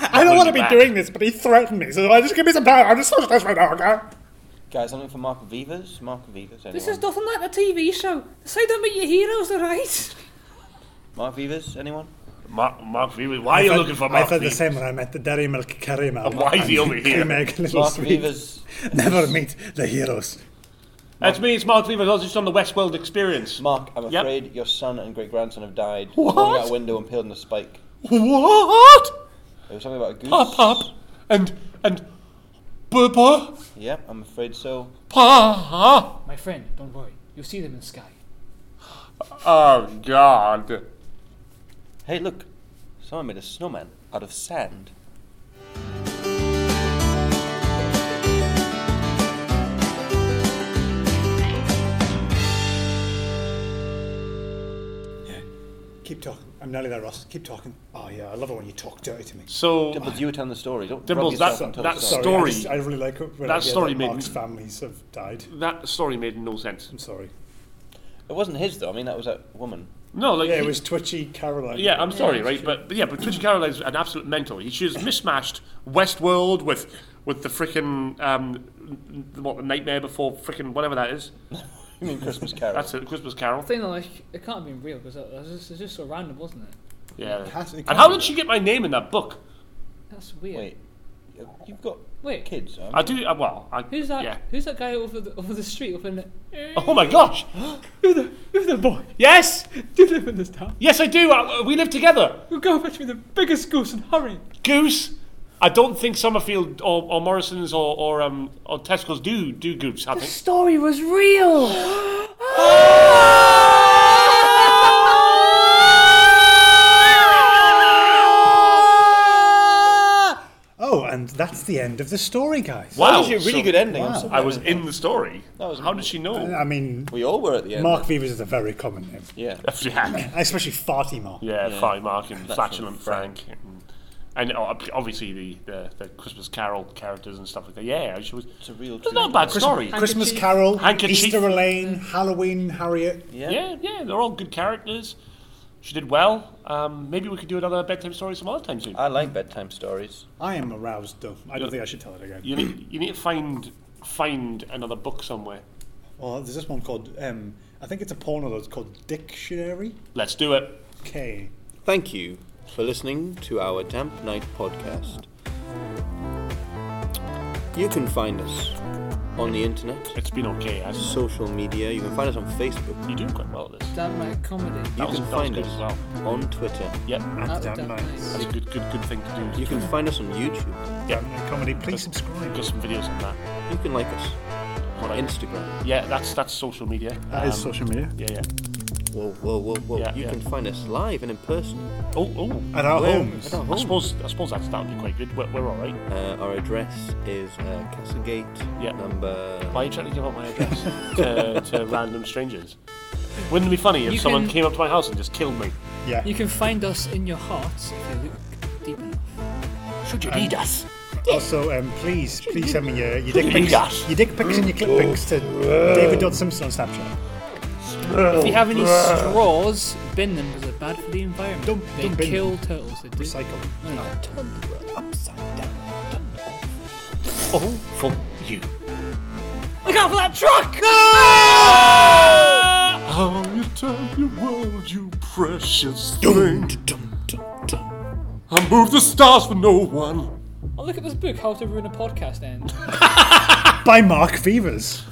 Speaker 3: I don't want to be
Speaker 2: back.
Speaker 3: doing this, but he threatened me, so I just give me some time. I'm just so stressed right now, okay?
Speaker 1: Guys, I'm looking for Mark Vivas. Mark Vivas, anyone?
Speaker 4: This is nothing like the TV show. Say don't meet your
Speaker 10: *laughs*
Speaker 4: heroes, alright?
Speaker 1: Mark Vivas, anyone?
Speaker 2: Mark, Mark Vivas. Why are you looking for
Speaker 3: I
Speaker 2: Mark
Speaker 3: thought the
Speaker 2: Vivas?
Speaker 3: same when I met the dairy milk carrier man.
Speaker 2: And why is he over here?
Speaker 3: Cream egg, little
Speaker 1: Mark
Speaker 3: sweet.
Speaker 1: Vivas.
Speaker 3: *laughs* Never meet the heroes.
Speaker 2: That's me. It's Mark Vivas. I was just on the Westworld Experience.
Speaker 1: Mark, I'm
Speaker 2: Yep.
Speaker 1: afraid your son and great grandson have died.
Speaker 2: What?
Speaker 1: Falling out a window and peeled in a spike.
Speaker 2: What?
Speaker 1: It was something about a goose.
Speaker 2: Pop, pop, and and Bubba,
Speaker 1: Yep, I'm afraid so.
Speaker 2: Ah, pa.
Speaker 4: My friend, don't worry. You'll see them in the sky.
Speaker 2: Oh God.
Speaker 1: Hey, look. Someone made a snowman out of sand.
Speaker 3: Keep talking. I'm nearly there, Ross. Keep talking. Oh, yeah, I love it when you talk dirty to me.
Speaker 2: So
Speaker 1: Dimbles, you were telling the story. Don't
Speaker 2: Dimbles,
Speaker 1: rub yourself
Speaker 2: that-
Speaker 1: and tell
Speaker 2: that
Speaker 1: the
Speaker 3: Sorry,
Speaker 1: story.
Speaker 2: Story.
Speaker 3: I, just, I really like it when I
Speaker 2: That
Speaker 3: hear
Speaker 2: story
Speaker 3: that
Speaker 2: made
Speaker 3: Mark's
Speaker 2: me-
Speaker 3: families have died.
Speaker 2: that story made no sense.
Speaker 3: I'm sorry.
Speaker 1: It wasn't his, though. I mean, that was that woman.
Speaker 2: No, like
Speaker 3: Yeah, it
Speaker 2: he-
Speaker 3: was twitchy Caroline.
Speaker 2: Yeah, I'm sorry, right? But, but yeah, but Twitchy Caroline's an absolute mental. He, she's mismatched Westworld with with the frickin' um, n- n- what the Nightmare Before frickin' whatever that is.
Speaker 1: *laughs* You mean Christmas Carol?
Speaker 2: That's a Christmas Carol.
Speaker 4: Thing like it can't have been real because it was just, it's just so random, wasn't it?
Speaker 2: Yeah.
Speaker 3: has- it
Speaker 2: And how
Speaker 3: can't
Speaker 2: did she get my name in that book?
Speaker 4: That's weird.
Speaker 1: Wait. You've got
Speaker 4: Wait.
Speaker 1: kids, huh?
Speaker 2: I do. Uh, well, I,
Speaker 5: Who's that?
Speaker 2: Yeah.
Speaker 5: Who's that guy over the over the street? Over in the,
Speaker 2: Oh
Speaker 1: *gasps*
Speaker 5: *gasps*
Speaker 2: my gosh!
Speaker 5: who's the who's the boy? Yes, do you live in this town?
Speaker 2: Yes, I do. I, we live together.
Speaker 5: You go fetch me the biggest goose and hurry.
Speaker 2: Goose. I don't think Summerfield or, or Morrison's or or um or Tesco's do do goose. I think.
Speaker 11: Story was real.
Speaker 3: Oh, and that's the end of the story, guys.
Speaker 1: That
Speaker 2: Wow,
Speaker 1: was a really
Speaker 2: so
Speaker 1: good ending. I'm
Speaker 3: Wow.
Speaker 1: so
Speaker 2: I was in the story.
Speaker 1: was
Speaker 2: How did she know?
Speaker 3: I mean,
Speaker 1: We all were at the end.
Speaker 3: Mark Beavers is a very common name,
Speaker 2: *laughs*
Speaker 1: Yeah.
Speaker 2: yeah,
Speaker 3: especially farty Mark.
Speaker 2: yeah, Fatty Mark and
Speaker 1: Flatulent
Speaker 2: Flatulent Frank, and, and oh, ob- obviously the, the the Christmas Carol characters and stuff like that. Yeah, she was. It's
Speaker 1: a real
Speaker 2: It's not a bad story.
Speaker 3: Christmas Carol,
Speaker 2: Handkerchief.
Speaker 3: Easter Elaine, Halloween Harriet.
Speaker 2: Yeah, yeah, they're all good characters. She did well. Um, maybe we could do another bedtime story some other time soon.
Speaker 1: I like bedtime stories.
Speaker 3: I am aroused, though. I don't think I should tell it again.
Speaker 2: you need you need to find find another book somewhere.
Speaker 3: Well, Oh, there's this one called, um, I think it's a porno that's called Dictionary.
Speaker 2: Let's do it.
Speaker 3: Okay.
Speaker 13: Thank you for listening to our Damp Night podcast. You can find us on the internet,
Speaker 2: It's been okay. I
Speaker 13: social media. You can find us on Facebook.
Speaker 2: you do quite well at this.
Speaker 5: Damn my comedy.
Speaker 13: You
Speaker 2: was-
Speaker 13: can
Speaker 2: that was
Speaker 13: find
Speaker 2: good
Speaker 13: us
Speaker 2: as well.
Speaker 13: on Twitter.
Speaker 2: Yeah,
Speaker 5: That was
Speaker 3: Damn
Speaker 5: damn
Speaker 3: nice.
Speaker 2: that's a good good good thing to do.
Speaker 13: You can find us on YouTube.
Speaker 2: yeah,
Speaker 3: Comedy, please subscribe.
Speaker 2: got some videos on that.
Speaker 13: You can like us on
Speaker 2: Like-
Speaker 13: Instagram.
Speaker 2: Yeah, that's that's social media.
Speaker 3: That is
Speaker 2: Um,
Speaker 3: social media.
Speaker 2: Yeah, yeah.
Speaker 13: Whoa, whoa, whoa, whoa.
Speaker 2: Yeah,
Speaker 13: you
Speaker 2: yeah.
Speaker 13: can find us live and in person.
Speaker 2: Oh, oh.
Speaker 3: At our
Speaker 13: Where-
Speaker 3: homes.
Speaker 13: At our
Speaker 2: I
Speaker 13: homes.
Speaker 2: suppose I suppose that's that would be quite good. We're, we're all right.
Speaker 13: Uh, our address is uh, Castlegate,
Speaker 2: Yeah.
Speaker 13: number.
Speaker 2: Why are you trying to give out my address *laughs* to, to random strangers? Wouldn't it be funny if
Speaker 5: You
Speaker 2: someone
Speaker 5: can-
Speaker 2: came up to my house and just killed me?
Speaker 3: Yeah.
Speaker 5: You can find us in your hearts if you look deep enough.
Speaker 11: Should you need us?
Speaker 3: Also, um, please, please send me your, your dick
Speaker 2: Leave
Speaker 3: pics,
Speaker 2: us.
Speaker 3: your dick pics and your clip pics to David.Simpson on Snapchat.
Speaker 5: If you have any straws, bin them because they're bad for the environment.
Speaker 3: Don't-
Speaker 5: they
Speaker 3: don't bin
Speaker 5: kill turtles. They do.
Speaker 3: Recycle.
Speaker 5: No, no.
Speaker 2: Oh, for you.
Speaker 5: Look out for that truck!
Speaker 2: How you turn your world, you precious I move the stars for no one.
Speaker 5: Oh, look at this book, How to Ruin a Podcast End.
Speaker 3: By Mark Beavers.